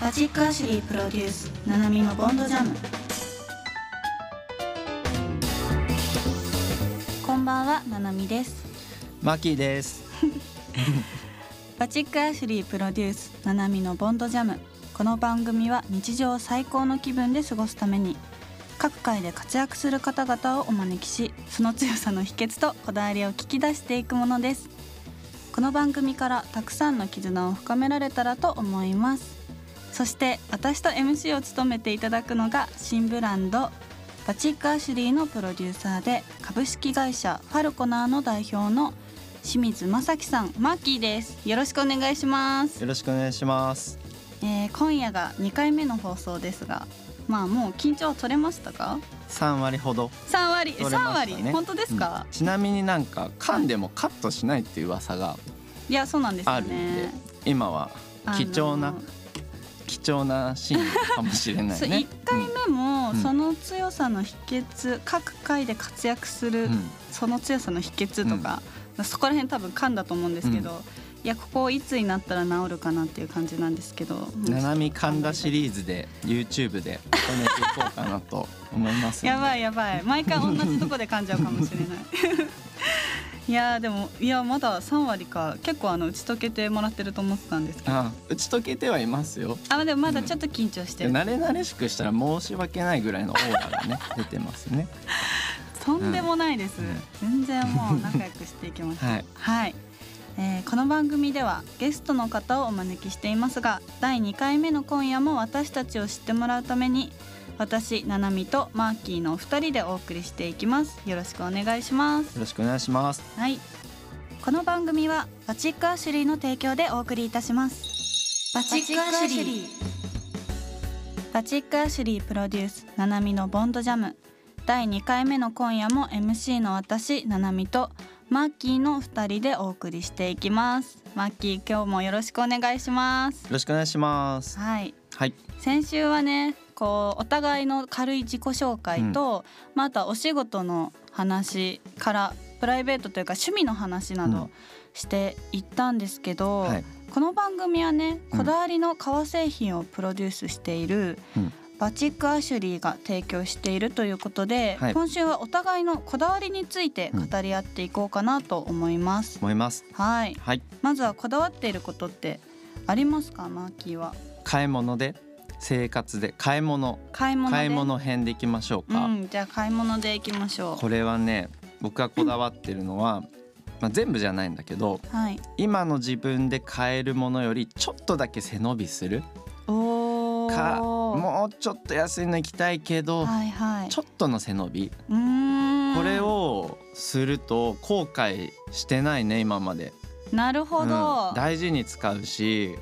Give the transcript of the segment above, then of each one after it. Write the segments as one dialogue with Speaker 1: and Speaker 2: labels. Speaker 1: マジックアシュリープロデュースナナミのボンドジャムこんばんはナナミです
Speaker 2: マッキーです。
Speaker 1: バチックアシュリープロデュースナナミのボンドジャムこの番組は日常を最高の気分で過ごすために各界で活躍する方々をお招きしその強さの秘訣とこだわりを聞き出していくものですこの番組からたくさんの絆を深められたらと思いますそして私と MC を務めていただくのが新ブランドバチックアシュリーのプロデューサーで株式会社ファルコナーの代表の清水正樹さんマーキーですよろしくお願いします、
Speaker 2: よろしくお願いします。
Speaker 1: えー、今夜が2回目の放送ですがまあもう緊張は取れましたか
Speaker 2: 三割ほど。
Speaker 1: 3割、
Speaker 2: 取れました
Speaker 1: 3割
Speaker 2: ね
Speaker 1: 本当ですか
Speaker 2: う、んちなみになんか噛んでもカットしないっていう噂が
Speaker 1: いやそうなんです
Speaker 2: あ
Speaker 1: よ
Speaker 2: るんで、
Speaker 1: ね
Speaker 2: 今は
Speaker 1: あの
Speaker 2: 貴重な貴重なシーンかもしれない
Speaker 1: そう
Speaker 2: ね
Speaker 1: 1。回目も
Speaker 2: うん
Speaker 1: その強さの秘訣各回で活躍する、
Speaker 2: うんうん
Speaker 1: その強さの秘訣とか、そこら辺多分噛んだと思うんですけど、いやここいつになったら治るかなっていう感じなんですけどもう
Speaker 2: ななみ噛んだシリーズで YouTube で止めていこうかなと思いますんで。
Speaker 1: やば
Speaker 2: い。
Speaker 1: いやばい毎回同じとこで噛んじゃうかもしれない いやーでもいやまだ3割か結構あの打ち解けてもらってると思ってたんですけど
Speaker 2: あ、打ち解けてはいますよ。
Speaker 1: あでもまだちょっと緊張してる、
Speaker 2: 慣れ慣れしくしたら申し訳ないぐらいのオーラがね出てますね。
Speaker 1: とんでもないです、
Speaker 2: う
Speaker 1: 全
Speaker 2: ん
Speaker 1: 然もう仲良くしていきます
Speaker 2: はい。
Speaker 1: はい、えーこの番組ではゲストの方をお招きしていますが第2回目の今夜も私たちを知ってもらうために私ななみとマーキーのお二人でお送りしていきますよろしくお願いします
Speaker 2: よろしくお願いします。
Speaker 1: はい。この番組はバチックアシュリーの提供でお送りいたします。バチックアシュリー。バチックアシュリープロデュースナナミのボンドジャム第2回目の今夜も MC の私ナナミとマッキーの2人でお送りしていきます。マッキー今日もよろしくお願いします。
Speaker 2: よろしくお願いします。
Speaker 1: はい。
Speaker 2: はい。
Speaker 1: 先週はねこうお互いの軽い自己紹介と、まあ、あとはお仕事の話からプライベートというか趣味の話な
Speaker 2: う
Speaker 1: ど
Speaker 2: ん
Speaker 1: していったんですけど、
Speaker 2: はい。
Speaker 1: この番組はね
Speaker 2: うん
Speaker 1: こだわりの革製品をプロデュースしている、
Speaker 2: うん
Speaker 1: バチック・アシュリーが提供しているということで、
Speaker 2: はい
Speaker 1: 今週はお互いのこだわりについて語り合っていこうかなと思います。
Speaker 2: 思います。
Speaker 1: はい
Speaker 2: はい。
Speaker 1: まずはこだわっていることってありますかマーキーは。
Speaker 2: 買い物で生活で買い物
Speaker 1: 買い物で
Speaker 2: 買い物編でいきましょうか、
Speaker 1: うん、じゃあ買い物で行きましょ
Speaker 2: これはね僕がこだわってるのは、まあ、全部じゃないんだけど
Speaker 1: う。はい。
Speaker 2: 今の自分で買えるものよりちょっとだけ背伸びする
Speaker 1: おお。
Speaker 2: かもうちょっと安いの行きたいけど、
Speaker 1: はいはい。
Speaker 2: ちょっとの背伸び
Speaker 1: うーん。
Speaker 2: これ。をすると後悔してないね今まで、
Speaker 1: なるほど。
Speaker 2: うん大事に使うし、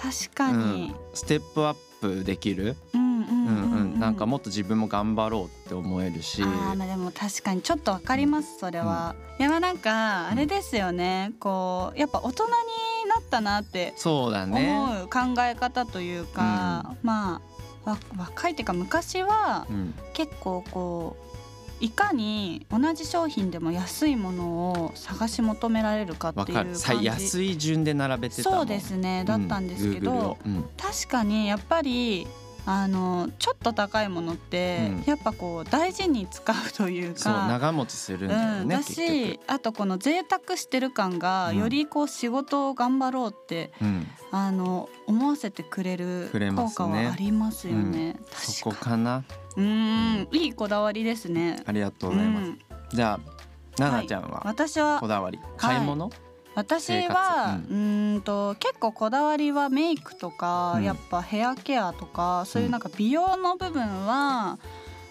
Speaker 1: 確か
Speaker 2: う
Speaker 1: に
Speaker 2: ん。、ステップアップできる、
Speaker 1: うんうん
Speaker 2: う
Speaker 1: うんん、
Speaker 2: う
Speaker 1: うんん。
Speaker 2: なんかもっと自分も頑張ろうって思えるし
Speaker 1: ああ、まあ、でも、確かに、ちょっとわかります、それは。いや、まあなんか、あれですよね。こう、やっぱ大人になったなって。
Speaker 2: そうだ
Speaker 1: 思
Speaker 2: ね
Speaker 1: う考え方というか、まあ。わ若いっていうか昔は
Speaker 2: うん、
Speaker 1: 結構こういかに同じ商品でも安いものを探し求められるかって
Speaker 2: わ
Speaker 1: いう
Speaker 2: か
Speaker 1: 感
Speaker 2: る。
Speaker 1: じ
Speaker 2: 最安い順で並べてたもん。
Speaker 1: そうですね
Speaker 2: うん。
Speaker 1: だったんですけど、
Speaker 2: Google をうん
Speaker 1: 確かにやっぱりあのちょっと高いものって、
Speaker 2: うん
Speaker 1: やっぱこう大事に使うという
Speaker 2: そう
Speaker 1: か。
Speaker 2: 長持ちするんだよ
Speaker 1: うん、
Speaker 2: ね。
Speaker 1: だ
Speaker 2: 結局
Speaker 1: しあとこの贅沢してる感が
Speaker 2: うん
Speaker 1: よりこう仕事を頑張ろうって、
Speaker 2: うん、
Speaker 1: あの思わせてくれる
Speaker 2: くれ
Speaker 1: 効
Speaker 2: ます
Speaker 1: 果
Speaker 2: ね
Speaker 1: はありますよね。
Speaker 2: そこ
Speaker 1: 確か
Speaker 2: かな。
Speaker 1: にうんいいこだわりですね。
Speaker 2: ありがとうございます。
Speaker 1: うん
Speaker 2: じゃあナナちゃんは
Speaker 1: 私は
Speaker 2: こだわり、買い物、
Speaker 1: 私は
Speaker 2: 生
Speaker 1: うーんと結構こだわりはメイクとか、
Speaker 2: うん
Speaker 1: やっぱヘアケアとかそういうなんか美容の部分は、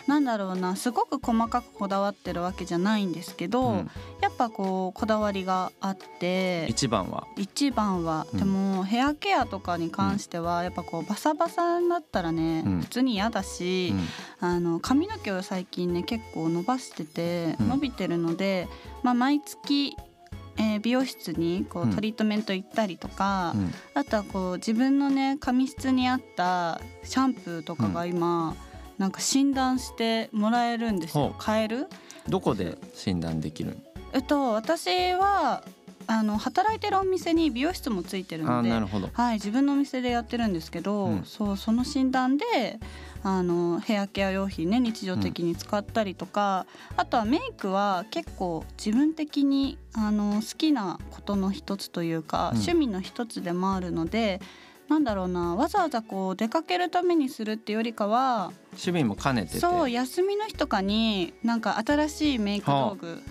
Speaker 1: なんだろうなすごく細かくこだわってるわけじゃないんですけど、
Speaker 2: うん
Speaker 1: やっぱこうこだわりがあって
Speaker 2: 一番は
Speaker 1: 一番は、
Speaker 2: うん
Speaker 1: でもヘアケアとかに関してはやっぱこうバサバサになったらね、
Speaker 2: うん
Speaker 1: 普通に嫌だし、
Speaker 2: うん
Speaker 1: あの髪の毛を最近ね結構伸ばしてて
Speaker 2: うん
Speaker 1: 伸びてるので、まあ、毎月、えー美容室にこ
Speaker 2: う
Speaker 1: うんトリートメント行ったりとか、
Speaker 2: うん
Speaker 1: あとはこう自分のね髪質に合ったシャンプーとかが今、なんか診断してもらえるんです
Speaker 2: ほ
Speaker 1: よ
Speaker 2: う
Speaker 1: 買える
Speaker 2: どこで診断できる？
Speaker 1: えっと私はあの働いてるお店に美容室もついてる
Speaker 2: あー
Speaker 1: ので
Speaker 2: なるほど
Speaker 1: はい、自分のお店でやってるんですけど、
Speaker 2: うん
Speaker 1: そうその診断であのヘアケア用品ね日常的に使ったりとか、あとはメイクは結構自分的にあの好きなことの一つというか、
Speaker 2: うん
Speaker 1: 趣味の一つでもあるのでなんだろうなわざわざこう出かけるためにするってよりかは
Speaker 2: 趣味も兼ねてて
Speaker 1: そう休みの日とかになんか新しいメイク道具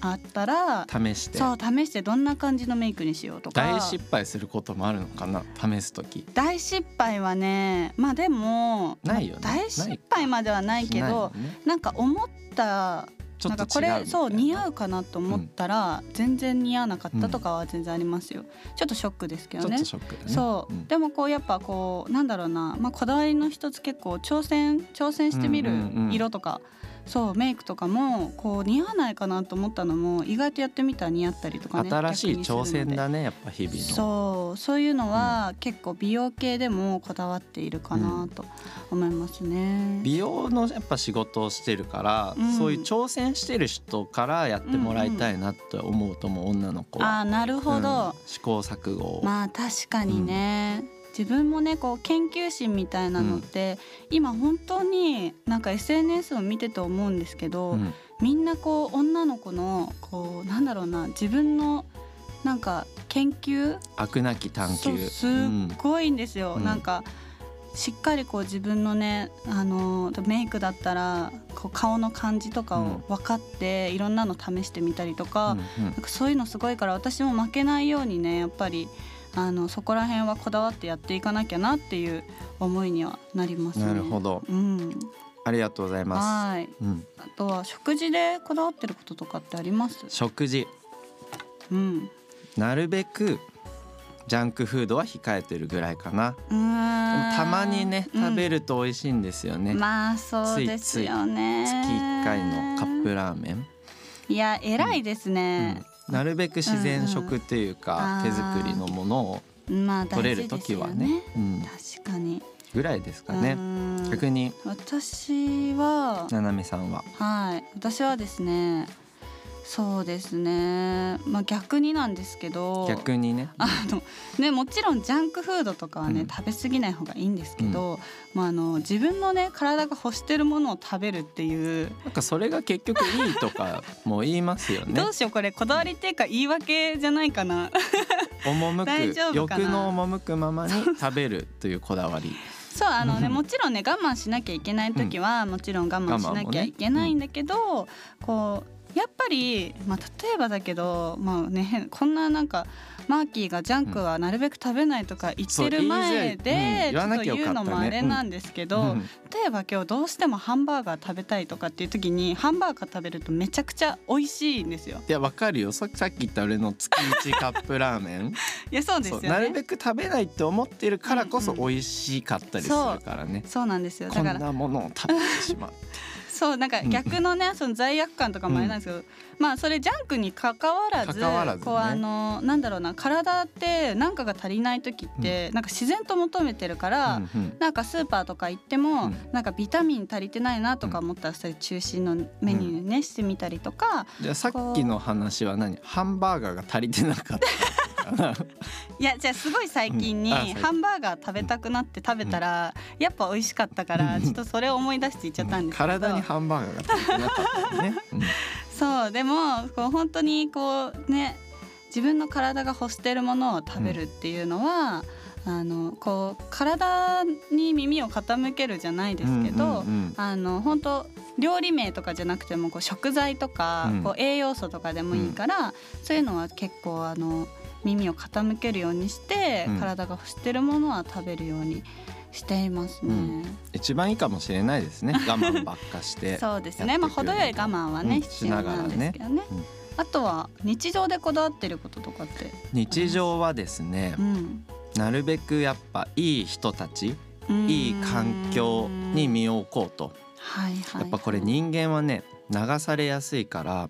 Speaker 1: あったら
Speaker 2: 試して
Speaker 1: そう試してどんな感じのメイクにしようとか
Speaker 2: 大失敗することもあるのかな試す時
Speaker 1: 大失敗はねまあでも
Speaker 2: ないよね
Speaker 1: 大失敗まではないけど
Speaker 2: ないよね
Speaker 1: なんか思った
Speaker 2: ちょ
Speaker 1: な
Speaker 2: っ
Speaker 1: ん
Speaker 2: と違
Speaker 1: か
Speaker 2: う
Speaker 1: これそう似合
Speaker 2: う
Speaker 1: うかなと思ったら全然似合わなかったとかは全然ありますよちょっとショックですけ
Speaker 2: み
Speaker 1: ど
Speaker 2: たいな
Speaker 1: ね
Speaker 2: ちょっとショックだね
Speaker 1: そう、
Speaker 2: ん
Speaker 1: でもこうやっぱこうなんだろうな、まあ、こだわりの一つ結構挑戦挑戦してみる
Speaker 2: うんうんうん
Speaker 1: 色とか、そうメイクとかもこう似合わないかなと思ったのも意外とやってみたら似合ったりとかね
Speaker 2: 新しい
Speaker 1: 逆にするので
Speaker 2: 挑戦だねやっぱ日々の
Speaker 1: そうそういうのは結構美容系でもこだわっているかなと思いますね。
Speaker 2: 美容のやっぱ仕事をしてるから、
Speaker 1: うん
Speaker 2: そういう挑戦してる人からやってもらいたいなって思うと思う、女の子は。
Speaker 1: あーなるほど、
Speaker 2: うん試行錯誤を、
Speaker 1: まあ確かにね、自分もねこう研究心みたいなのって、今本当になんか SNS を見てて思うんですけど、
Speaker 2: うん
Speaker 1: みんなこう女の子のこうなんだろうな自分のなんか研究
Speaker 2: 飽くなき探
Speaker 1: そう
Speaker 2: 求
Speaker 1: すっ
Speaker 2: うん
Speaker 1: ごいんですよ、
Speaker 2: うん
Speaker 1: なんかしっかりこう自分のねあのメイクだったらこう顔の感じとか
Speaker 2: う
Speaker 1: を
Speaker 2: ん
Speaker 1: 分かって、いろんなの試してみたりとか,、
Speaker 2: うんうん
Speaker 1: なんかそういうのすごいから私も負けないようにねやっぱりあのそこら辺はこだわってやっていかなきゃなっていう思いにはなりますね。
Speaker 2: なるほど
Speaker 1: うん、
Speaker 2: ありがとうございま
Speaker 1: はい
Speaker 2: す、うん、
Speaker 1: あとは食事でこだわってることとかってあります、
Speaker 2: 食事
Speaker 1: うん、
Speaker 2: なるべくジャンクフードは控えてるぐらいかな
Speaker 1: うーん
Speaker 2: たまにね食べると美味しいんですよね、
Speaker 1: まあそうですよね
Speaker 2: 月1回のカップラーメン、
Speaker 1: いや偉いですね、
Speaker 2: うんなるべく自然食というか、
Speaker 1: うんうん
Speaker 2: 手作りのものを
Speaker 1: まあ大
Speaker 2: 取れる
Speaker 1: 事です
Speaker 2: 時
Speaker 1: よ
Speaker 2: は
Speaker 1: ね
Speaker 2: ねうん、
Speaker 1: 確かに、
Speaker 2: ぐらいですか
Speaker 1: う
Speaker 2: ね、
Speaker 1: ん
Speaker 2: 逆に
Speaker 1: 私は
Speaker 2: ななみさんは
Speaker 1: はい私はですねそうですねまあ逆になんですけど
Speaker 2: 逆にね
Speaker 1: あのね、もちろんジャンクフードとかはね、
Speaker 2: うん
Speaker 1: 食べ過ぎない方がいいんですけど、まあ、あの自分のね体が欲してるものを食べるっていう、
Speaker 2: なんかそれが結局いいとかも言いますよね
Speaker 1: どうしようこれこだわりっていうか言い訳じゃないかな大丈
Speaker 2: 赴く
Speaker 1: 夫か
Speaker 2: 欲
Speaker 1: な
Speaker 2: の赴くままに食べるというこだわり
Speaker 1: そうあのね
Speaker 2: うん
Speaker 1: もちろんね我慢しなきゃいけない時は、もちろん我慢しなきゃいけないんだけど、こうやっぱり、まあ、例えばだけど、まあね、変こんななんかマーキーがジャンクはなるべく食べないとか言ってる前で、
Speaker 2: そう言いづらいうん言わなきゃ
Speaker 1: ちょっと
Speaker 2: よ
Speaker 1: 言
Speaker 2: か
Speaker 1: う
Speaker 2: ったね
Speaker 1: のもあれなんですけど、
Speaker 2: うん
Speaker 1: 例えば今日どうしてもハンバーガー食べたいとかっていう時にハンバーガー食べるとめちゃくちゃ美味しいんですよ。
Speaker 2: いやわかるよささっき言った俺の月1カップラーメン
Speaker 1: い やそうです
Speaker 2: そ
Speaker 1: よ
Speaker 2: う
Speaker 1: ね
Speaker 2: なるべく食べないって思ってるからこそ美味しかったりするからね、
Speaker 1: そうなんですよだ
Speaker 2: こん
Speaker 1: から
Speaker 2: なものを食べてし まう
Speaker 1: そうなんか逆のね、その罪悪感とかもあれなんですけど、まあそれジャンクに関わらず
Speaker 2: 関わらずね
Speaker 1: こうあのなんだろうな体って何かが足りない時って、なんか自然と求めてるから、
Speaker 2: うんうん
Speaker 1: なんかスーパーとか行っても、
Speaker 2: うん
Speaker 1: なんかビタミン足りてないなとか思ったらそれ中心のメニューにね、してみたりとか
Speaker 2: じゃあさっきの話は何ハンバーガーが足りてなかったかな
Speaker 1: いやじゃあすごい最近に
Speaker 2: うんあ最近
Speaker 1: ハンバーガー食べたくなって食べたら、やっぱ美味しかったから、
Speaker 2: うん
Speaker 1: ちょっとそれを思い出 して言っちゃったんですけど
Speaker 2: 体にハンバーガーが足りてなかったね、うん
Speaker 1: そうでもこう本当にこうね自分の体が欲してるものを食べるっていうのは、あのこう体に耳を傾けるじゃないですけど、
Speaker 2: うんうんうん
Speaker 1: あの本当料理名とかじゃなくてもこう食材とか、
Speaker 2: うん
Speaker 1: こう栄養素とかでもいいから、そういうのは結構あの耳を傾けるようにして、
Speaker 2: うん
Speaker 1: 体が欲してるものは食べるようにしていますね。
Speaker 2: うん一番いいかもしれな いですね我慢ばっかして
Speaker 1: そうです
Speaker 2: や
Speaker 1: ね。
Speaker 2: って
Speaker 1: まあ
Speaker 2: いくよ
Speaker 1: 程
Speaker 2: りも
Speaker 1: よい我慢は
Speaker 2: う
Speaker 1: ね、
Speaker 2: ん
Speaker 1: 必要なんですけどね。
Speaker 2: うん
Speaker 1: あとは日常でこだわってることとかって、
Speaker 2: 日常はですね
Speaker 1: うん、
Speaker 2: なるべくやっぱいい人たちいい環境に身を置こうと
Speaker 1: はいはいはい、
Speaker 2: やっぱこれ人間はね流されやすいから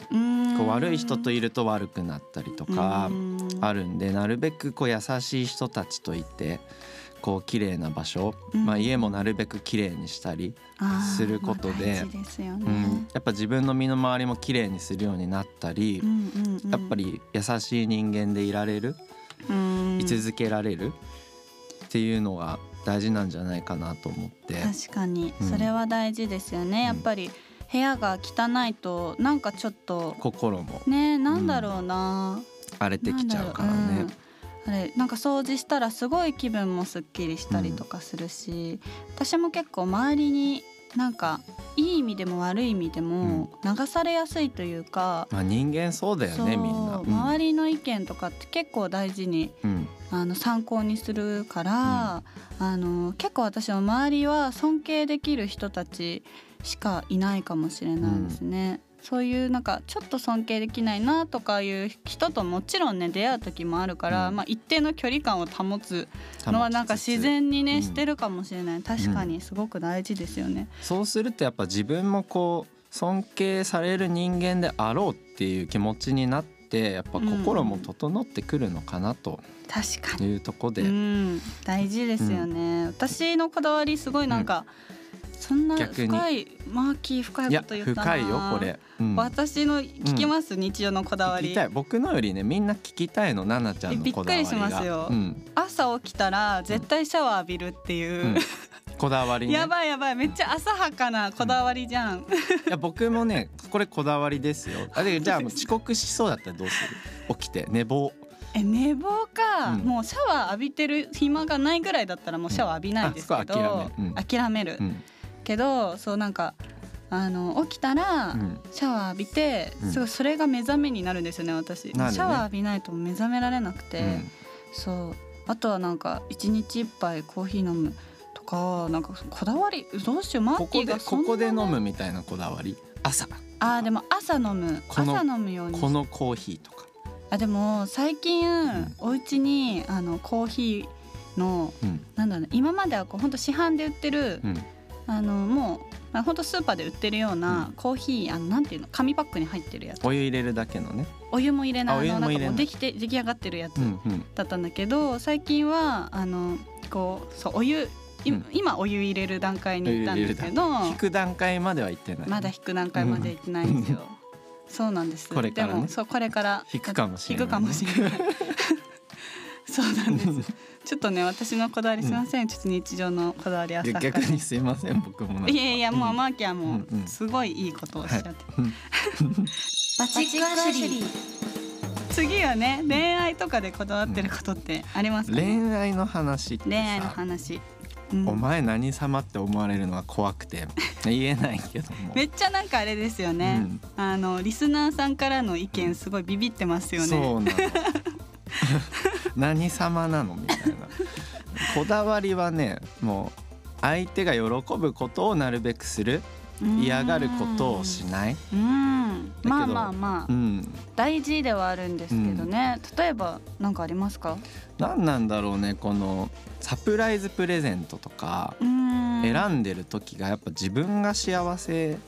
Speaker 2: こう悪い人といると悪くなったりとか
Speaker 1: うん
Speaker 2: あるんでなるべくこう優しい人たちといてこう綺麗な場所、
Speaker 1: うん
Speaker 2: まあ、家もなるべく綺麗にしたり、
Speaker 1: あー
Speaker 2: するこ
Speaker 1: ま
Speaker 2: とで
Speaker 1: あ大事ですよね
Speaker 2: うんやっぱ自分の身の回りも綺麗にするようになったり
Speaker 1: う、んうんうん
Speaker 2: やっぱり優しい人間でいられる、
Speaker 1: うん
Speaker 2: 居続けられるっていうのが大事なんじゃないかなと思って。
Speaker 1: 確かに
Speaker 2: うん
Speaker 1: それは大事ですよね、やっぱり部屋が汚いとなんかちょっと
Speaker 2: 心も
Speaker 1: ねなんだろうな、
Speaker 2: 荒れてきちゃうから
Speaker 1: なんだろうう
Speaker 2: ね
Speaker 1: ん。あれなんか掃除したらすごい気分もすっきりしたりとかするし、私も結構周りになんかいい意味でも悪い意味でも流されやすいというか、
Speaker 2: まあ人間そうだよねみんな。うん
Speaker 1: 周りの意見とかって結構大事に
Speaker 2: うん
Speaker 1: あの参考にするから、あの結構私の周りは尊敬できる人たちしかいないかもしれないですね。そういうなんかちょっと尊敬できないなとかいう人ともちろんね出会う時もあるから、
Speaker 2: うん
Speaker 1: まあ、一定の距離感を保つのはなんか自然にね、
Speaker 2: うん
Speaker 1: してるかもしれない確かにすごく大事ですよね。
Speaker 2: そうするとやっぱ自分もこう尊敬される人間であろうっていう気持ちになってやっぱ心も整ってくるのかなと
Speaker 1: 確かに
Speaker 2: いうとこで、
Speaker 1: うん、大事ですよね、私のこだわりすごいなんか、そんな
Speaker 2: 逆に
Speaker 1: 深いマーキー深
Speaker 2: い
Speaker 1: い
Speaker 2: や
Speaker 1: こと言ったな
Speaker 2: 深いよこれ、うん、
Speaker 1: 私の聞きます、日常のこだわ
Speaker 2: 聞き
Speaker 1: り
Speaker 2: たい僕のよりねみんな聞きたいの奈々ちゃんのこだわりが
Speaker 1: びっくりしますよ
Speaker 2: うん
Speaker 1: 朝起きたら絶対シャワー浴びるっていう、
Speaker 2: うんこだわりね
Speaker 1: やばいやばいめっちゃ浅はかなこだわりじゃん、
Speaker 2: いや僕もねこれこだわりですよあでじ ゃあ遅刻しそうだったらどうする起きて寝坊
Speaker 1: え寝坊か、
Speaker 2: うん
Speaker 1: もうシャワー浴びてる暇がないぐらいだったらもうシャワー浴びないですけど、
Speaker 2: うんあそこは諦めるうん
Speaker 1: 諦める、
Speaker 2: うん
Speaker 1: けどそうなんかあの起きたら、
Speaker 2: うん
Speaker 1: シャワー浴びて、
Speaker 2: うん
Speaker 1: すごいそれが目覚めになるんですよね私シ
Speaker 2: なるね
Speaker 1: ャワー浴びないと目覚められなくて、
Speaker 2: うん
Speaker 1: そうあとはなんか一日一杯コーヒー飲むとかなんかこだわりどうしようマ
Speaker 2: こ
Speaker 1: ッキ
Speaker 2: こ
Speaker 1: ー
Speaker 2: で
Speaker 1: がそん
Speaker 2: こ
Speaker 1: な
Speaker 2: こで飲むみたいなこだわり朝
Speaker 1: あーでも朝飲む
Speaker 2: この
Speaker 1: 朝飲むように
Speaker 2: このコーヒーとか
Speaker 1: あでも最近、
Speaker 2: ん
Speaker 1: お家にあのコーヒーの
Speaker 2: うん
Speaker 1: なんだろうね今まではこう本当市販で売ってる、
Speaker 2: うん
Speaker 1: あのもうまあ本当スーパーで売ってるような
Speaker 2: うん
Speaker 1: コーヒーあのなんていうの紙パックに入ってるやつ
Speaker 2: お湯入れるだけのね
Speaker 1: お湯も入れない
Speaker 2: あお湯
Speaker 1: あの
Speaker 2: も入れない
Speaker 1: んかもうできて出来上がってるやつ、
Speaker 2: うんうん
Speaker 1: だったんだけど最近はあのこうそうお湯い
Speaker 2: うん
Speaker 1: 今お湯入れる段階に行ったんですけど
Speaker 2: 引く段階までは行ってない
Speaker 1: まだ引く段階まで行ってないんですよ。そうなんです。
Speaker 2: これからね
Speaker 1: でもそうこれから
Speaker 2: 引くかもしれない
Speaker 1: 引くかもしれないそうなん です。ちょっとね私のこだわりすいません。ちょっと日常のこだわりはさ
Speaker 2: いや逆にすいません僕もなんか
Speaker 1: いやいやもう
Speaker 2: うん
Speaker 1: マーキャも
Speaker 2: うんうん
Speaker 1: すごいいいことをおっしゃって、
Speaker 2: うん
Speaker 1: バチックアシュリー次はね恋愛とかでこだわってることってありますか、ね
Speaker 2: 恋愛の話ってさ
Speaker 1: 恋愛の話、うん
Speaker 2: お前何様って思われるのが怖くて言えないけども
Speaker 1: めっちゃなんかあれですよね、あのリスナーさんからの意見すごいビビってますよね
Speaker 2: そ うなの何様なのみたいなこだわりはねもう相手が喜ぶことをなるべくする
Speaker 1: うん
Speaker 2: 嫌がることをしない、
Speaker 1: うん
Speaker 2: けど
Speaker 1: まあまあま
Speaker 2: う
Speaker 1: あ
Speaker 2: ん、
Speaker 1: 大事ではあるんですけどね、例えばなんかありますか
Speaker 2: 何なんだろうねこのサプライズプレゼントとか
Speaker 1: うん
Speaker 2: 選んでる時がやっぱ自分が幸せ、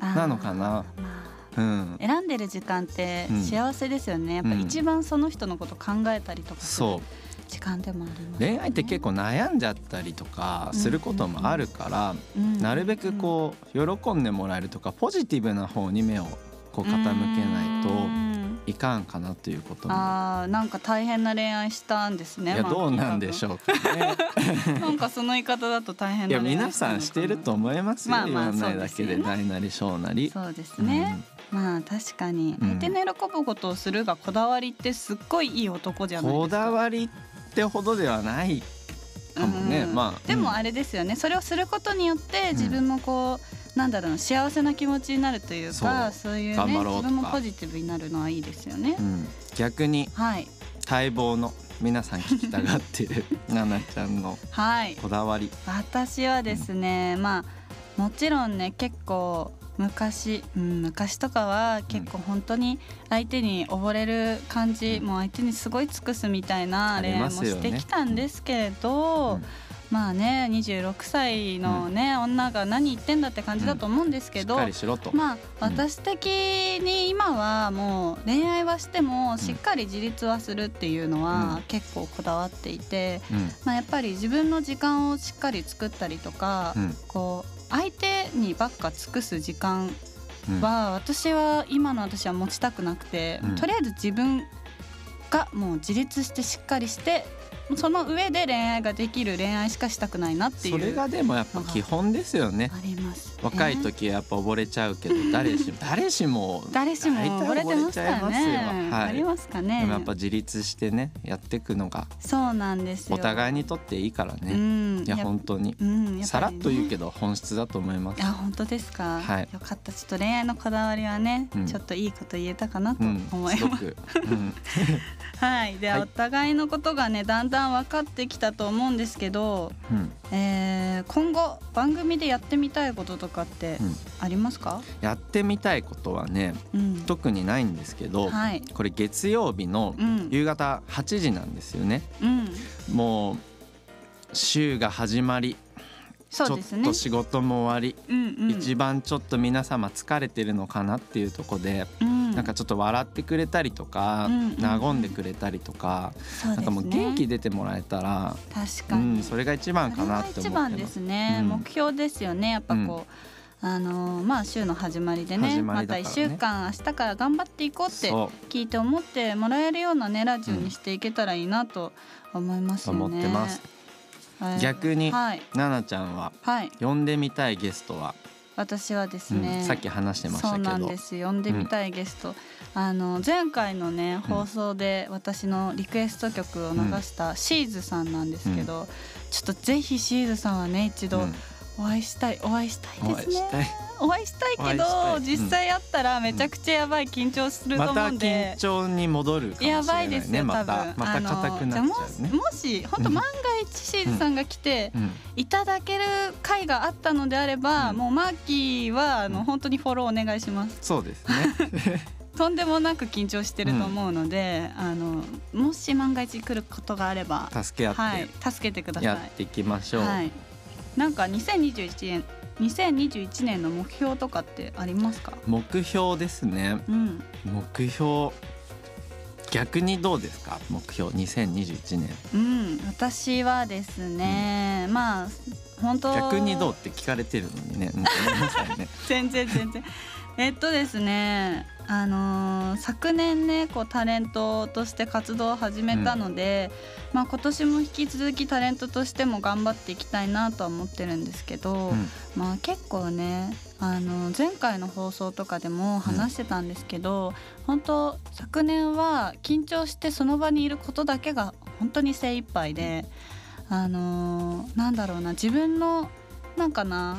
Speaker 2: なのかな
Speaker 1: あーまあ
Speaker 2: うん、
Speaker 1: 選んでる時間って
Speaker 2: うん
Speaker 1: 幸せですよね、やっぱ一番その人のこと考えたりとかする
Speaker 2: そう
Speaker 1: 時間でもあります、ね、
Speaker 2: 恋愛って結構悩んじゃったりとかすることもあるから、
Speaker 1: うん
Speaker 2: なるべくこう喜んでもらえるとかポジティブな方に目をこう傾けないと。
Speaker 1: うん
Speaker 2: いかんかなということも。
Speaker 1: あーなんか大変な恋愛したんです
Speaker 2: い
Speaker 1: ね
Speaker 2: やどうなんでし
Speaker 1: ょ
Speaker 2: ょうかね。
Speaker 1: うなんかその言い方だと大変
Speaker 2: い
Speaker 1: な
Speaker 2: や
Speaker 1: 恋愛
Speaker 2: 皆さんしてると思いますよ。
Speaker 1: まあまあ
Speaker 2: 言わないだけ
Speaker 1: そうですよ
Speaker 2: で
Speaker 1: ね
Speaker 2: 大なり小なり。
Speaker 1: そうですね、まあ確かに
Speaker 2: うん
Speaker 1: 相手の喜ぶことをするがこだわりってすっごいいい男じ
Speaker 2: う
Speaker 1: ゃ
Speaker 2: ん
Speaker 1: ないで
Speaker 2: こ
Speaker 1: すか
Speaker 2: だわりってほどではないかもね。
Speaker 1: うん
Speaker 2: まあ
Speaker 1: でも
Speaker 2: うん
Speaker 1: あれですよねそれをすることによって自分もこう、なんだろう幸せな気持ちになるというかそういう
Speaker 2: 頑
Speaker 1: ね
Speaker 2: 張ろう
Speaker 1: 自
Speaker 2: とか
Speaker 1: 分もポジティブになるのはいいですよね、
Speaker 2: うん逆に
Speaker 1: はい
Speaker 2: 待望の皆さん聞きたがってるななちゃんの
Speaker 1: はい
Speaker 2: こだわり。
Speaker 1: 私はですねまあもちろんね結構昔、うん、昔とかは結構本当に相手に溺れる感じ、
Speaker 2: うん
Speaker 1: もう相手にすごい尽くすみたいな
Speaker 2: あ
Speaker 1: 恋
Speaker 2: り
Speaker 1: 愛も
Speaker 2: ますよ
Speaker 1: し
Speaker 2: ね
Speaker 1: てきたんですけれど、
Speaker 2: うん
Speaker 1: ままあね26歳のね、女が何言ってんだって感じだと思うんです
Speaker 2: し
Speaker 1: け
Speaker 2: っ
Speaker 1: ど、
Speaker 2: かりしろと、
Speaker 1: まあ
Speaker 2: うん
Speaker 1: 私的に今はもう恋愛はしてもしっかり自立はするっていうの
Speaker 2: う
Speaker 1: は
Speaker 2: ん
Speaker 1: 結構こだわっていて、
Speaker 2: うん
Speaker 1: まあ、やっぱり自分の時間をしっかり作ったりとか、
Speaker 2: うん
Speaker 1: こう相手にばっか尽くす時間
Speaker 2: うん
Speaker 1: は私は今の私は持ちたくなくて、
Speaker 2: うん
Speaker 1: とりあえず自分がもう自立してしっかりしてその上で恋愛ができる恋愛しかしたくないなっていう
Speaker 2: それがでもやっぱ基本ですよね
Speaker 1: あります、
Speaker 2: 若い
Speaker 1: ね
Speaker 2: 時はやっぱ溺れちゃうけど誰しも誰しも
Speaker 1: 誰しも溺れてましたよ
Speaker 2: 大体溺れちゃいます
Speaker 1: ね。
Speaker 2: よはい
Speaker 1: ありますかね。
Speaker 2: でもやっぱ自立してねやっていくのが
Speaker 1: そうなんですよ。
Speaker 2: お互い
Speaker 1: に
Speaker 2: にとっていいから
Speaker 1: う
Speaker 2: ね、
Speaker 1: ん、
Speaker 2: いや
Speaker 1: やっ
Speaker 2: 本当に、
Speaker 1: うん、やっぱりね
Speaker 2: さらっと言うけど本質だと思います
Speaker 1: あ、本当ですか。
Speaker 2: はい
Speaker 1: よかった。ちょっと恋愛のこだわりはね、
Speaker 2: うん
Speaker 1: ちょっといいこと言えたかなと
Speaker 2: う
Speaker 1: 思
Speaker 2: ん
Speaker 1: います。
Speaker 2: すごく、うん
Speaker 1: はい、で、
Speaker 2: はい
Speaker 1: お互いのことがね、だんだん分かってきたと思うんですけど。
Speaker 2: うん、
Speaker 1: えー、今後番組でやってみたいこととかって
Speaker 2: うん
Speaker 1: ありますか？
Speaker 2: やってみたいことはね
Speaker 1: うん、
Speaker 2: 特にないんですけど、
Speaker 1: はい、
Speaker 2: これ月曜日の
Speaker 1: うん、
Speaker 2: 夕方8時なんですよね
Speaker 1: うん、
Speaker 2: もう週が始まり、ち
Speaker 1: そう
Speaker 2: ょっ
Speaker 1: ですね
Speaker 2: と。仕事も終わり、
Speaker 1: うんうん、
Speaker 2: 一番ちょっと皆様疲れてるのかなっていうとこで、
Speaker 1: うん、
Speaker 2: なんかちょっと笑ってくれたりとか、
Speaker 1: うんうん
Speaker 2: 和んでくれたりとか、
Speaker 1: そうですね、
Speaker 2: なんかもう元気出てもらえたら、
Speaker 1: 確
Speaker 2: う
Speaker 1: かに、
Speaker 2: ん、それが一番
Speaker 1: そ
Speaker 2: か
Speaker 1: れ
Speaker 2: な
Speaker 1: が
Speaker 2: って思ってます。
Speaker 1: 一番ですね、
Speaker 2: うん
Speaker 1: 目標ですよねやっぱこう、あのーまあ週の始まりでね
Speaker 2: 始
Speaker 1: ま
Speaker 2: まりだ
Speaker 1: た
Speaker 2: からね
Speaker 1: 1週間明日から頑張っていこうって
Speaker 2: そ
Speaker 1: 聞いて思ってもらえるようなねラジオにしていけたらいいなと思いますよね。
Speaker 2: 思ってます
Speaker 1: はい
Speaker 2: 逆に
Speaker 1: はい、
Speaker 2: う、ななちゃんは
Speaker 1: はい、
Speaker 2: 呼んでみたいゲストは、
Speaker 1: 私はです
Speaker 2: うん
Speaker 1: ね、
Speaker 2: さっき話してまし
Speaker 1: そ
Speaker 2: た
Speaker 1: う
Speaker 2: け
Speaker 1: なん
Speaker 2: ど
Speaker 1: で、す呼んでみたいゲスト、あの前回のね放送で私のリクエスト曲を流したシーズさんなんですけど、ちょっとぜひシーズさんはね一度
Speaker 2: うん
Speaker 1: お会いしたいお会いしたい
Speaker 2: お
Speaker 1: で
Speaker 2: 会
Speaker 1: す
Speaker 2: いし
Speaker 1: ね
Speaker 2: たい。
Speaker 1: お会いしたい
Speaker 2: お
Speaker 1: け
Speaker 2: 会い
Speaker 1: ど
Speaker 2: したいうん
Speaker 1: 実際会ったらめちゃくちゃやばい緊張すると
Speaker 2: ま
Speaker 1: 思
Speaker 2: た
Speaker 1: うん
Speaker 2: 緊
Speaker 1: で、
Speaker 2: 張に戻るかもしれないね。
Speaker 1: やばいですよ、
Speaker 2: ま
Speaker 1: 多
Speaker 2: た
Speaker 1: 分
Speaker 2: また硬くなっちゃう
Speaker 1: あの
Speaker 2: ね
Speaker 1: じ。もしもし本当
Speaker 2: うん
Speaker 1: 万が一シーズさんが来て
Speaker 2: うん、
Speaker 1: いただける回があったのであれば、
Speaker 2: うん
Speaker 1: もうマーキーはあ
Speaker 2: う
Speaker 1: の
Speaker 2: ん
Speaker 1: 本当にフォローお願いします
Speaker 2: そうですね。
Speaker 1: とんでもなく緊張してると思うので、あのもし万が一来ることがあれば、
Speaker 2: 助け合って。
Speaker 1: はい、助けてくだ
Speaker 2: や
Speaker 1: さ
Speaker 2: っていきまし
Speaker 1: い。
Speaker 2: ょう、
Speaker 1: はい、なんか2021年2021年の目標とかってありますか？
Speaker 2: 目標ですね
Speaker 1: うん、
Speaker 2: 目標逆にどうですか目標2021年
Speaker 1: うん、私はですね、まあ本当
Speaker 2: 逆にどうって聞かれてるのにねうんごめんなさい ね
Speaker 1: 全然全然えっとですねあのー昨年ねこうタレントとして活動を始めたので、まあ今年も引き続きタレントとしても頑張っていきたいなとは思ってるんですけど、
Speaker 2: うん
Speaker 1: まあ結構ねあの前回の放送とかでも話してたんですけど、本当昨年は緊張してその場にいることだけが本当に精一杯で、あのーなんだろうな自分のなんかな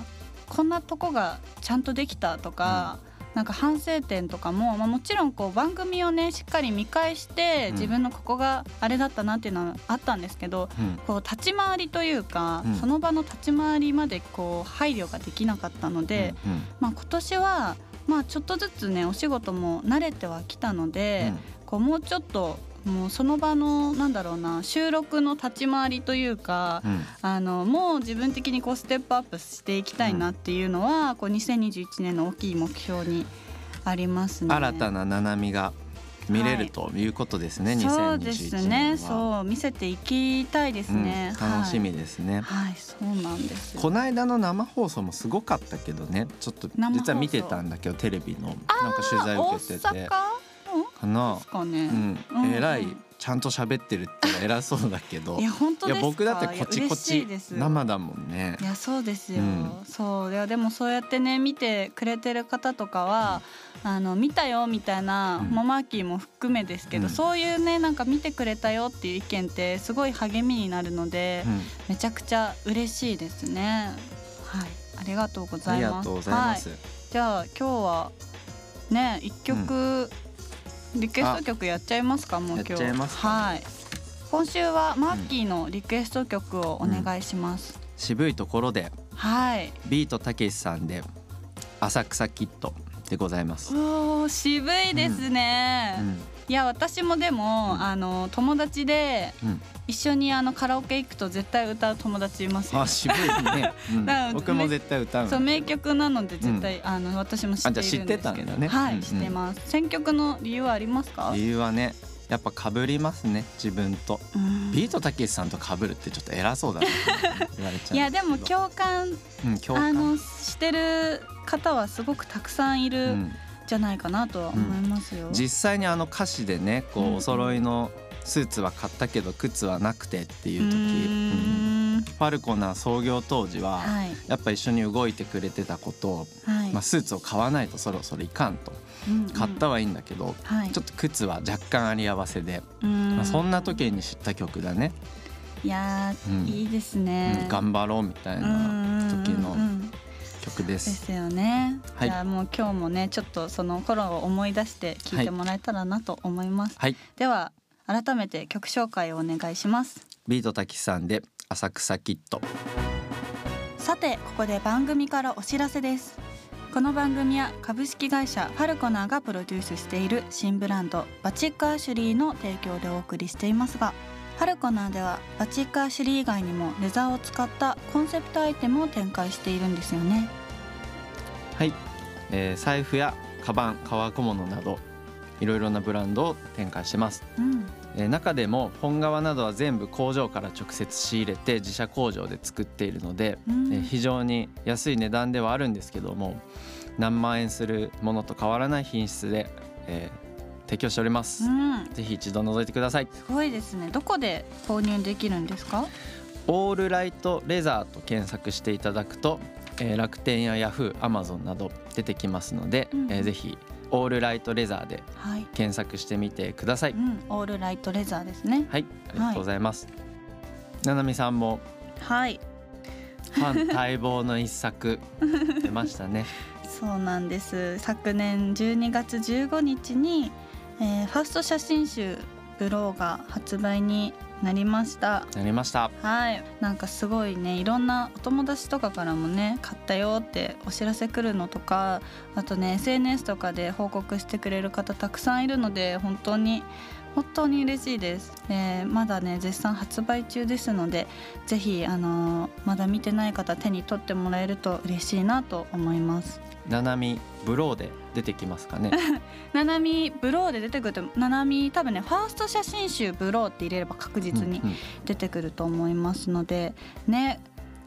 Speaker 1: こんなとこがちゃんとできたとか、なんか反省点とかも、まあ、もちろんこう番組をねしっかり見返して
Speaker 2: うん
Speaker 1: 自分のここがあれだったなっていうのはあったんですけど、
Speaker 2: うん
Speaker 1: こう立ち回りというか、
Speaker 2: うん
Speaker 1: その場の立ち回りまでこう配慮ができなかったので、
Speaker 2: うんうん
Speaker 1: まあ、今年は、まあ、ちょっとずつねお仕事も慣れてはきたので、こうもうちょっともうその場のなんだろうな収録の立ち回りというか、
Speaker 2: うんうん
Speaker 1: あのもう自分的にこうステップアップしていきたいなっていうのは、こう2021年の大きい目標にありますね。
Speaker 2: 新たなナナミが見れるということですね、
Speaker 1: そうで
Speaker 2: 2021
Speaker 1: すね
Speaker 2: 年は
Speaker 1: そう見せていきたいですね、
Speaker 2: うん楽し
Speaker 1: はい
Speaker 2: みですね、
Speaker 1: はい、そうなんですよ
Speaker 2: こないだの生放送もすごかったけどねちょっと
Speaker 1: 生放送
Speaker 2: 実は見てたんだけどテレビのなんか取材受けて
Speaker 1: 大
Speaker 2: て
Speaker 1: 阪
Speaker 2: かな
Speaker 1: ですかね
Speaker 2: う。ん
Speaker 1: うん、
Speaker 2: えら
Speaker 1: う
Speaker 2: い
Speaker 1: ん
Speaker 2: ちゃんと喋ってるってのは偉そうだけど
Speaker 1: いや本当
Speaker 2: い
Speaker 1: です
Speaker 2: や
Speaker 1: か。
Speaker 2: 僕だってこ
Speaker 1: い
Speaker 2: ちこ
Speaker 1: や嬉しい
Speaker 2: ち
Speaker 1: です
Speaker 2: 生だもんね
Speaker 1: いやそうですよ。
Speaker 2: うん
Speaker 1: そういやでもそうやってね見てくれてる方とかは、あの見たよみたいな、
Speaker 2: うん
Speaker 1: もうマーキーも含めですけど、
Speaker 2: うん
Speaker 1: そういうねなんか見てくれたよっていう意見ってすごい励みになるので、
Speaker 2: うん
Speaker 1: めちゃくちゃ嬉しいですね。はい、ありがとうござ
Speaker 2: あ
Speaker 1: い
Speaker 2: り
Speaker 1: ます。
Speaker 2: がとうございます
Speaker 1: はじゃあ今日はね一曲、リクエスト曲やっちゃいますかもう今日
Speaker 2: やっちゃいますか
Speaker 1: はい今週はマーキーのリクエスト曲をお願いします、
Speaker 2: 渋いところで
Speaker 1: はい
Speaker 2: ビートたけしさんで浅草キッドでございます
Speaker 1: おー渋いですね、
Speaker 2: うん
Speaker 1: いや私もでもあの友達で
Speaker 2: うん
Speaker 1: 一緒にあのカラオケ行くと絶対歌う友達いますよ
Speaker 2: あ渋いね、 うん
Speaker 1: だから
Speaker 2: 僕も絶対歌う
Speaker 1: そう
Speaker 2: の
Speaker 1: 名曲なので絶対、あの私も知っているんです
Speaker 2: あじゃあ知
Speaker 1: け
Speaker 2: って
Speaker 1: ど
Speaker 2: たんだね
Speaker 1: は
Speaker 2: うんう
Speaker 1: い
Speaker 2: ん
Speaker 1: 知ってます、選曲の理由はありますか
Speaker 2: 理由はねやっぱかぶりますね自分と
Speaker 1: うん
Speaker 2: ビートたけしさんとかぶるってちょっと偉そうだなって言われちゃう
Speaker 1: い
Speaker 2: い
Speaker 1: やでも共感
Speaker 2: うん、共
Speaker 1: あ
Speaker 2: 感
Speaker 1: のしてる方はすごくたくさんいうるん
Speaker 2: ん、
Speaker 1: じゃないかなとは思いますよ、
Speaker 2: 実際にあの歌詞でねこ
Speaker 1: うんう
Speaker 2: うんお揃いのスーツは買ったけど靴はなくてっていう時、う
Speaker 1: う
Speaker 2: ん
Speaker 1: ーん
Speaker 2: ファルコナー創業当時は、
Speaker 1: はい
Speaker 2: やっぱ一緒に動いてくれてたことを、
Speaker 1: はい、
Speaker 2: まあ、スーツを買わないとそろそろいかんと
Speaker 1: うんうん
Speaker 2: 買ったはいいんだけど、
Speaker 1: はい
Speaker 2: ちょっと靴は若干あり合わせで、
Speaker 1: うーん
Speaker 2: まあ、そんな時に知った曲だね、
Speaker 1: いや
Speaker 2: うん
Speaker 1: ーいいです
Speaker 2: う
Speaker 1: ね、
Speaker 2: ん頑張ろうみたいな時の
Speaker 1: うんうんうんうん
Speaker 2: 曲で。
Speaker 1: ですすよね、
Speaker 2: はい
Speaker 1: じゃあもう今日もねちょっとその頃を思い出して聞いてもらえたらなと思います、
Speaker 2: はい
Speaker 1: では改めて曲紹介をお願いします
Speaker 2: ビートたけしさんで浅草キット
Speaker 1: さてここで番組からお知らせですこの番組は株式会社ファルコナーがプロデュースしている新ブランドバチックアシュリーの提供でお送りしていますがファルコナーではバチックアシュリー以外にもレザーを使ったコンセプトアイテムを展開しているんですよね
Speaker 2: はい、えー財布やカバン革小物などいろいろなブランドを展開してます、
Speaker 1: うん
Speaker 2: えー中でも本革などは全部工場から直接仕入れて自社工場で作っているので、
Speaker 1: う
Speaker 2: えー
Speaker 1: ん
Speaker 2: 非常に安い値段ではあるんですけども何万円するものと変わらない品質で、えー提供しております、
Speaker 1: うん
Speaker 2: ぜひ一度覗いてください
Speaker 1: すごいですね。どこで購入できるんですか？
Speaker 2: オールライトレザーと検索していただくと、えー楽天やヤフーアマゾンなど出てきますので、
Speaker 1: うん
Speaker 2: えーぜひオールライトレザーで
Speaker 1: はい。
Speaker 2: 検索してみてください、
Speaker 1: うん、オールライトレザーですね。
Speaker 2: はいありがとうございます、ななみさんも
Speaker 1: はい、
Speaker 2: ファン待望の一作 出ましたね
Speaker 1: そうなんです。昨年12月15日に、えーファースト写真集ブローが発売になりました。
Speaker 2: なりました
Speaker 1: はい、なんかすごいねいろんなお友達とかからもね買ったよってお知らせ来るのとかあとね SNS とかで報告してくれる方たくさんいるので本当に本当に嬉しいです、えーまだね絶賛発売中ですのでぜひ、あのーまだ見てない方手に取ってもらえると嬉しいなと思います
Speaker 2: ななみブローで出てきますか ね
Speaker 1: ななみブローで出てくるとななみ多分ねファースト写真集ブローって入れれば確実に
Speaker 2: うんうん
Speaker 1: 出てくると思いますのでね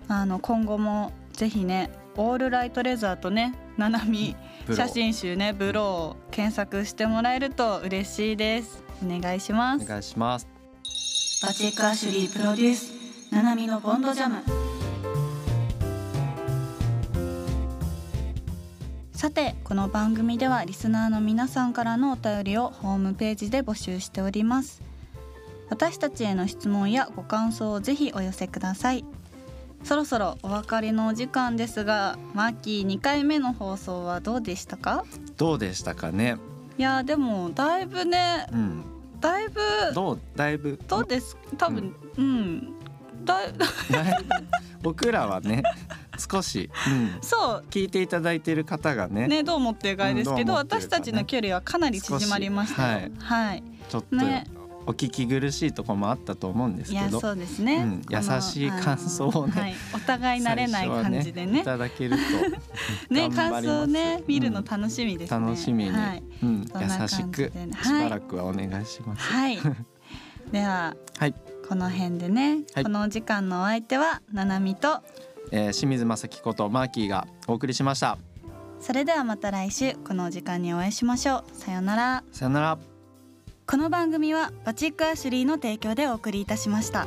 Speaker 1: あの今後もぜひねオールライトレザーとねななみ
Speaker 2: ブロー
Speaker 1: 写真集ねブローを検索してもらえると嬉しいですお願いしま
Speaker 2: お
Speaker 1: す
Speaker 2: 願いします
Speaker 1: バチェックアシュリープロデュースななみのボンドジャムさてこの番組ではリスナーの皆さんからのお便りをホームページで募集しております私たちへの質問やご感想をぜひお寄せくださいそろそろお別れのお時間ですがマーキー2回目の放送はどうでしたか
Speaker 2: どうでしたかね
Speaker 1: いやーでもだいぶね
Speaker 2: うん
Speaker 1: だいぶ
Speaker 2: どうだいぶ
Speaker 1: どうです多分うん、だい
Speaker 2: だいぶ 僕らはね少し、うん、
Speaker 1: そ
Speaker 2: 聞いていただいている方がね
Speaker 1: うねどう思ってるかあれですけ
Speaker 2: うん
Speaker 1: ど
Speaker 2: どう思ってるかね
Speaker 1: 私たちの距離はかなり縮まりましたよ
Speaker 2: 少
Speaker 1: はい、
Speaker 2: ちょっと
Speaker 1: ね
Speaker 2: お聞き苦しいとこもあったと思うんです
Speaker 1: い
Speaker 2: け
Speaker 1: や
Speaker 2: ど、
Speaker 1: そうですね、
Speaker 2: うん
Speaker 1: この
Speaker 2: 優しい感想をね
Speaker 1: あのはい、お互い慣れない感じで
Speaker 2: 最初はねい
Speaker 1: ね
Speaker 2: ただけると
Speaker 1: ね
Speaker 2: 頑張
Speaker 1: 感
Speaker 2: ります
Speaker 1: 想をね見るの楽しみですね、
Speaker 2: 楽しみに、
Speaker 1: はい、
Speaker 2: うん、
Speaker 1: そんな
Speaker 2: 優
Speaker 1: 感
Speaker 2: し
Speaker 1: じ
Speaker 2: く
Speaker 1: でね
Speaker 2: しばらくはお願いします。
Speaker 1: はい、では
Speaker 2: はい、
Speaker 1: この辺でね、
Speaker 2: はい
Speaker 1: このお時間のお相手はななみと
Speaker 2: えー清水正樹ことマーキーがお送りしました。
Speaker 1: それではまた来週このお時間にお会いしましょうさようなら
Speaker 2: さよなら。
Speaker 1: この番組はバチックアシュリーの提供でお送りいたしました。